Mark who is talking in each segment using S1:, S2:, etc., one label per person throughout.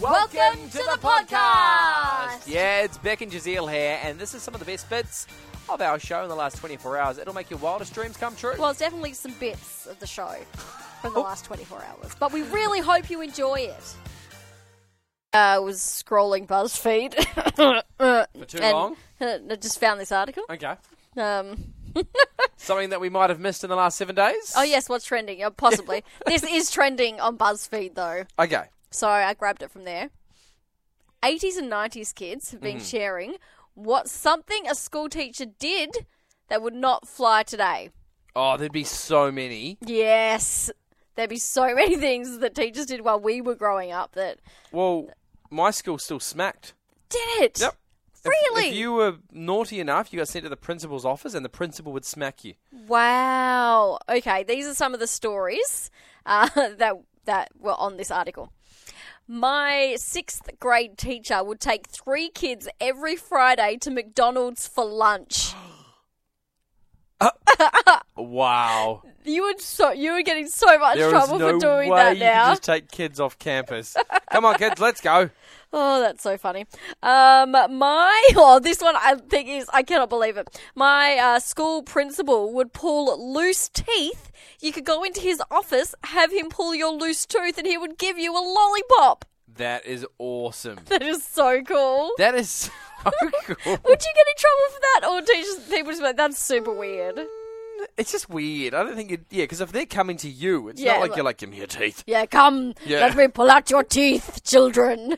S1: Welcome to the podcast.
S2: Yeah, it's Beck and Jazeel here, and this is some of the best bits of our show in the last 24 hours. It'll make your wildest dreams come true.
S1: Well, it's definitely some bits of the show from the
S2: Oh.
S1: last 24 hours, but we really hope you enjoy it. Uh, I was scrolling BuzzFeed
S2: For too
S1: and
S2: long.
S1: I just found this article.
S2: Okay.
S1: Um,
S2: Something that we might have missed in the last seven days?
S1: oh yes, what's trending? Uh, possibly this is trending on BuzzFeed though,
S2: Okay.
S1: so I grabbed it from there. 80s and 90s kids have been
S2: Mm-hmm.
S1: sharing what something a school teacher did that would not fly today.
S2: Oh, there'd be so many.
S1: Yes. There'd be so many things that teachers did while we were growing up that
S2: Well, my school still smacked.
S1: did it.
S2: Yep. If-
S1: Really?
S2: If, you were naughty enough, you got sent to the principal's office, and the principal would smack you.
S1: Wow. Okay, these are some of the stories uh, that that were on this article. My sixth grade teacher would take three kids every Friday to McDonald's for lunch.
S2: Wow.
S1: You would so you were getting so much
S2: There is
S1: trouble
S2: no
S1: for doing
S2: way
S1: that
S2: you can
S1: now.
S2: just take kids off campus. Come on, kids, let's go.
S1: Oh, that's so funny. Um, my oh, this one I think is I cannot believe it. My uh, school principal would pull loose teeth. You could go into his office, have him pull your loose tooth, and he would give you a lollipop.
S2: That is awesome.
S1: That is so cool.
S2: That is so cool.
S1: would you get in trouble for that, or teachers people just be like that's super weird?
S2: It's just weird. I don't think it. Yeah, because if they're coming to you, it's not
S1: Yeah,
S2: like
S1: like-
S2: you're like, give me your teeth.
S1: Yeah, come,
S2: Yeah.
S1: let me pull out your teeth, children.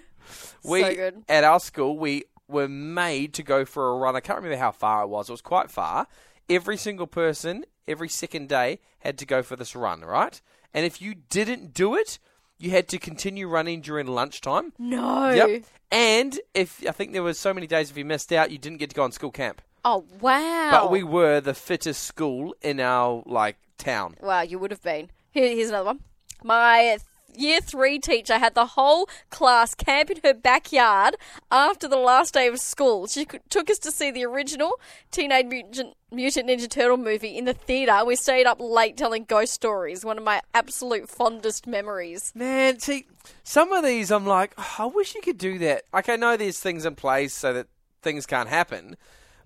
S2: We
S1: so good.
S2: at our school, we were made to go for a run. I can't remember how far it was. It was quite far. Every single person, every second day, had to go for this run, right? And if you didn't do it, you had to continue running during lunchtime.
S1: No.
S2: Yep. And if I think there were so many days if you missed out, you didn't get to go on school camp.
S1: Oh wow.
S2: But we were the fittest school in our like town.
S1: Wow, you would have been. Here, here's another one. My th- year three teacher had the whole class camp in her backyard after the last day of school. She c- took us to see the original Teenage Mutant, Mutant Ninja Turtle movie in the theatre. We stayed up late telling ghost stories. One of my absolute fondest memories.
S2: Man, see, some of these I'm like, "Oh, I wish you could do that. Like, I know there's things in place so that things can't happen,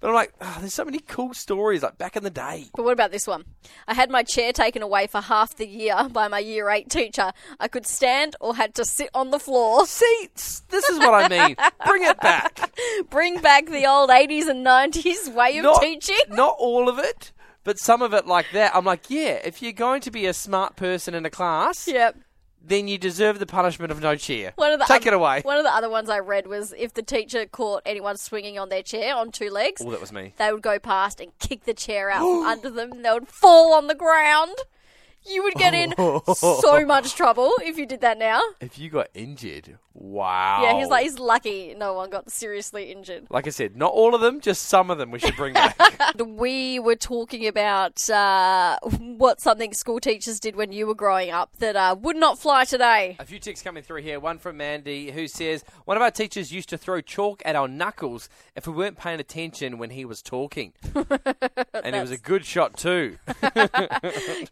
S2: but I'm like, oh, there's so many cool stories, like back in the day.
S1: But what about this one? I had my chair taken away for half the year by my year eight teacher. I could stand or had to sit on the floor.
S2: See, s- this is what I mean. Bring it back.
S1: Bring back the old 80s and 90s way of
S2: Not,
S1: teaching.
S2: not all of it, but some of it like that. I'm like, yeah, if you're going to be a smart person in a class,
S1: Yep.
S2: then you deserve the punishment of no chair.
S1: One of the
S2: Take
S1: oth-
S2: it away.
S1: One of the other ones I read was if the teacher caught anyone swinging on their chair on two legs,
S2: Oh, that was me.
S1: they would go past and kick the chair out from under them, and they would fall on the ground. You would get in so much trouble if you did that now.
S2: If you got injured, wow.
S1: Yeah, he's like he's lucky no one got seriously injured.
S2: like I said, not all of them, just some of them we should bring back.
S1: And we were talking about uh, what something school teachers did when you were growing up that uh, would not fly today.
S2: A few texts coming through here. One from Mandy who says, One of our teachers used to throw chalk at our knuckles if we weren't paying attention when he was talking. and it was a good shot, too.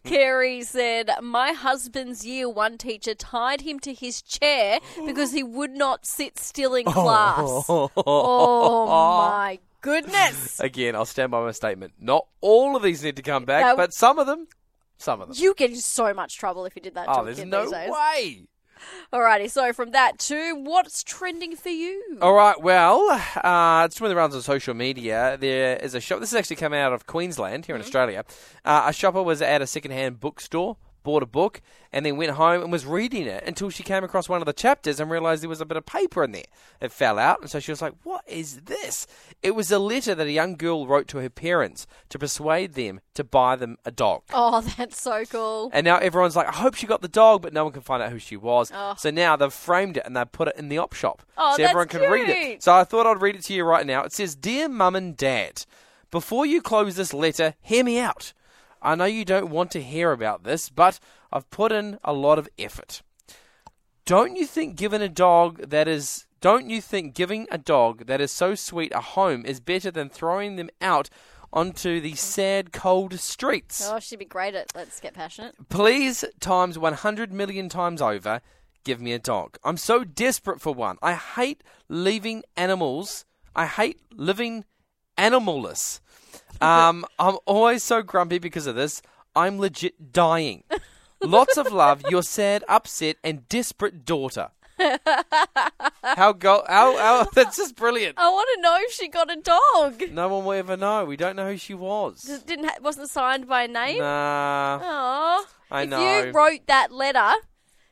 S1: Carrie said, My husband's year one teacher tied him to his chair because he would not sit still in class. Oh, my goodness.
S2: Again, I'll stand by my statement. Not all of these need to come back,
S1: No.
S2: but some of them, some of them.
S1: You get in so much trouble if you did that to
S2: Oh,
S1: a
S2: there's
S1: kid
S2: no
S1: these days.
S2: way.
S1: Alrighty, so from that to what's trending for you?
S2: All right, well, uh, it's doing the rounds on social media. There is a shop. This has actually come out of Queensland here in Australia. Uh, a shopper was at a secondhand bookstore, bought a book, and then went home and was reading it until she came across one of the chapters and realised there was a bit of paper in there. It fell out, and so she was like, "What is this?" It was a letter that a young girl wrote to her parents to persuade them to buy them a dog.
S1: Oh, that's so cool.
S2: And now everyone's like, I hope she got the dog, but no one can find out who she was. So now they've framed it and they put it in the op shop.
S1: Oh,
S2: so everyone
S1: that's
S2: can read it.
S1: cute.
S2: So I thought I'd read it to you right now. It says, Dear Mum and Dad, before you close this letter, hear me out. I know you don't want to hear about this, but I've put in a lot of effort. Don't you think giving a dog that is don't you think giving a dog that is so sweet a home is better than throwing them out onto the sad cold streets?
S1: Oh, she'd be great at Let's Get Passionate.
S2: please times 100 million times over give me a dog. I'm so desperate for one. I hate leaving animals. I hate living animalless. Um, I'm always so grumpy because of this. I'm legit dying. Lots of love, your sad, upset, and desperate daughter. how go? How, how? That's just brilliant.
S1: I want to know if she got a dog.
S2: No one will ever know. We don't know who she was.
S1: It didn't ha- wasn't signed by a name.
S2: Nah.
S1: Aw.
S2: I
S1: if
S2: know.
S1: you wrote that letter,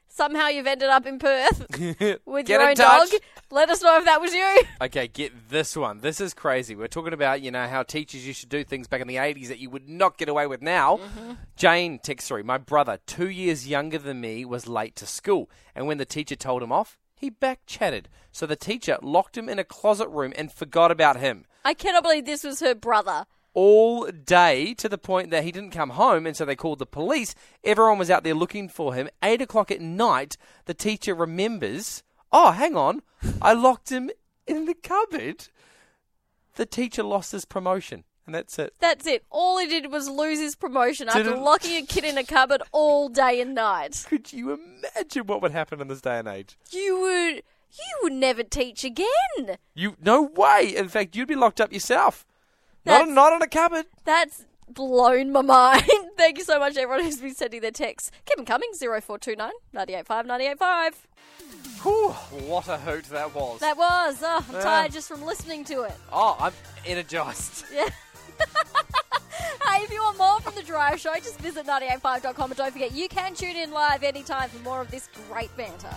S1: somehow you've ended up in Perth with
S2: Get
S1: your
S2: in
S1: own
S2: touch.
S1: dog. Let us know if that was you.
S2: Okay, get this one. This is crazy. We're talking about, you know, how teachers used to do things back in the 80s that you would not get away with now. Jane texts through, my brother, two years younger than me, was late to school. And when the teacher told him off, he back chatted. So the teacher locked him in a closet room and forgot about him
S1: I cannot believe this was her brother.
S2: all day to the point that he didn't come home and so they called the police. Everyone was out there looking for him. Eight o'clock at night, the teacher remembers, oh, hang on, I locked him in the cupboard. The teacher lost his promotion. And that's it.
S1: That's it. All he did was lose his promotion after
S2: Didn't-
S1: locking a kid in a cupboard all day and night.
S2: Could you imagine what would happen in this day and age?
S1: You would you would never teach again.
S2: You no way. In fact, you'd be locked up yourself. Not
S1: That's-
S2: not in a cupboard.
S1: That's blown my mind. Thank you so much, everyone who's been sending their texts. Keep them coming, 0429 985 985.
S2: Whew, what a hoot that was.
S1: That was. Oh, I'm
S2: Yeah.
S1: tired just from listening to it.
S2: oh, I'm energized.
S1: Hey, if you want more from The Drive Show, just visit 985.com and don't forget you can tune in live anytime for more of this great banter.